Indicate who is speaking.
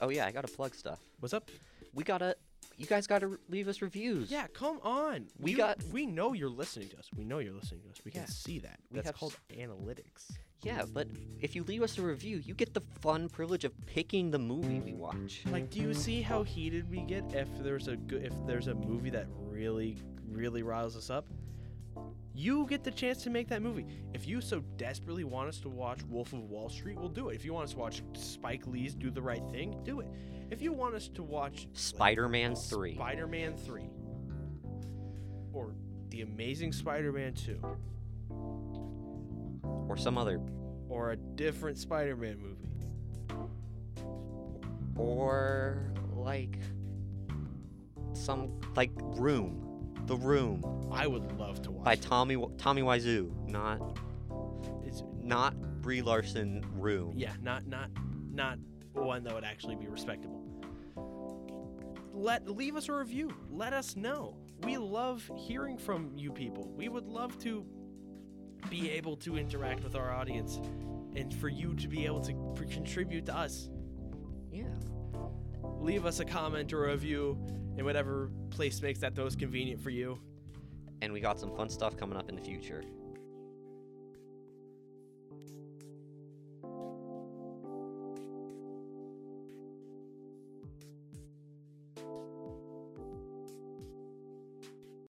Speaker 1: Oh yeah, I gotta plug stuff.
Speaker 2: What's up?
Speaker 1: We gotta. You guys gotta re- leave us reviews.
Speaker 2: Yeah, come on.
Speaker 1: We
Speaker 2: You-
Speaker 1: got-
Speaker 2: We know you're listening to us. We know you're listening to us. We
Speaker 1: Yeah.
Speaker 2: can see that.
Speaker 1: We
Speaker 2: That's
Speaker 1: have s-
Speaker 2: called analytics.
Speaker 1: Yeah, but if you leave us a review, you get the fun privilege of picking the movie we watch.
Speaker 2: Like, do you see how heated we get if there's a good, if there's a movie that really, really riles us up? You get the chance to make that movie. If you so desperately want us to watch Wolf of Wall Street, we'll do it. If you want us to watch Spike Lee's Do the Right Thing, do it. If you want us to watch
Speaker 1: Spider-Man Three.
Speaker 2: Spider-Man 3 or The Amazing Spider-Man 2
Speaker 1: or some other
Speaker 2: or a different Spider-Man movie.
Speaker 1: or like some like room the room
Speaker 2: I would love to watch.
Speaker 1: by
Speaker 2: that.
Speaker 1: tommy Wa- tommy Wiseau. not
Speaker 2: It's-
Speaker 1: not brie larson room
Speaker 2: yeah, not not not one that would actually be respectable. Let leave us a review. Let us know. We love hearing from you people. We would love to be able to interact with our audience and for you to be able to p- contribute to us.
Speaker 1: yeah
Speaker 2: Leave us a comment or a review in whatever place makes that the most convenient for you.
Speaker 1: and we got some fun stuff coming up in the future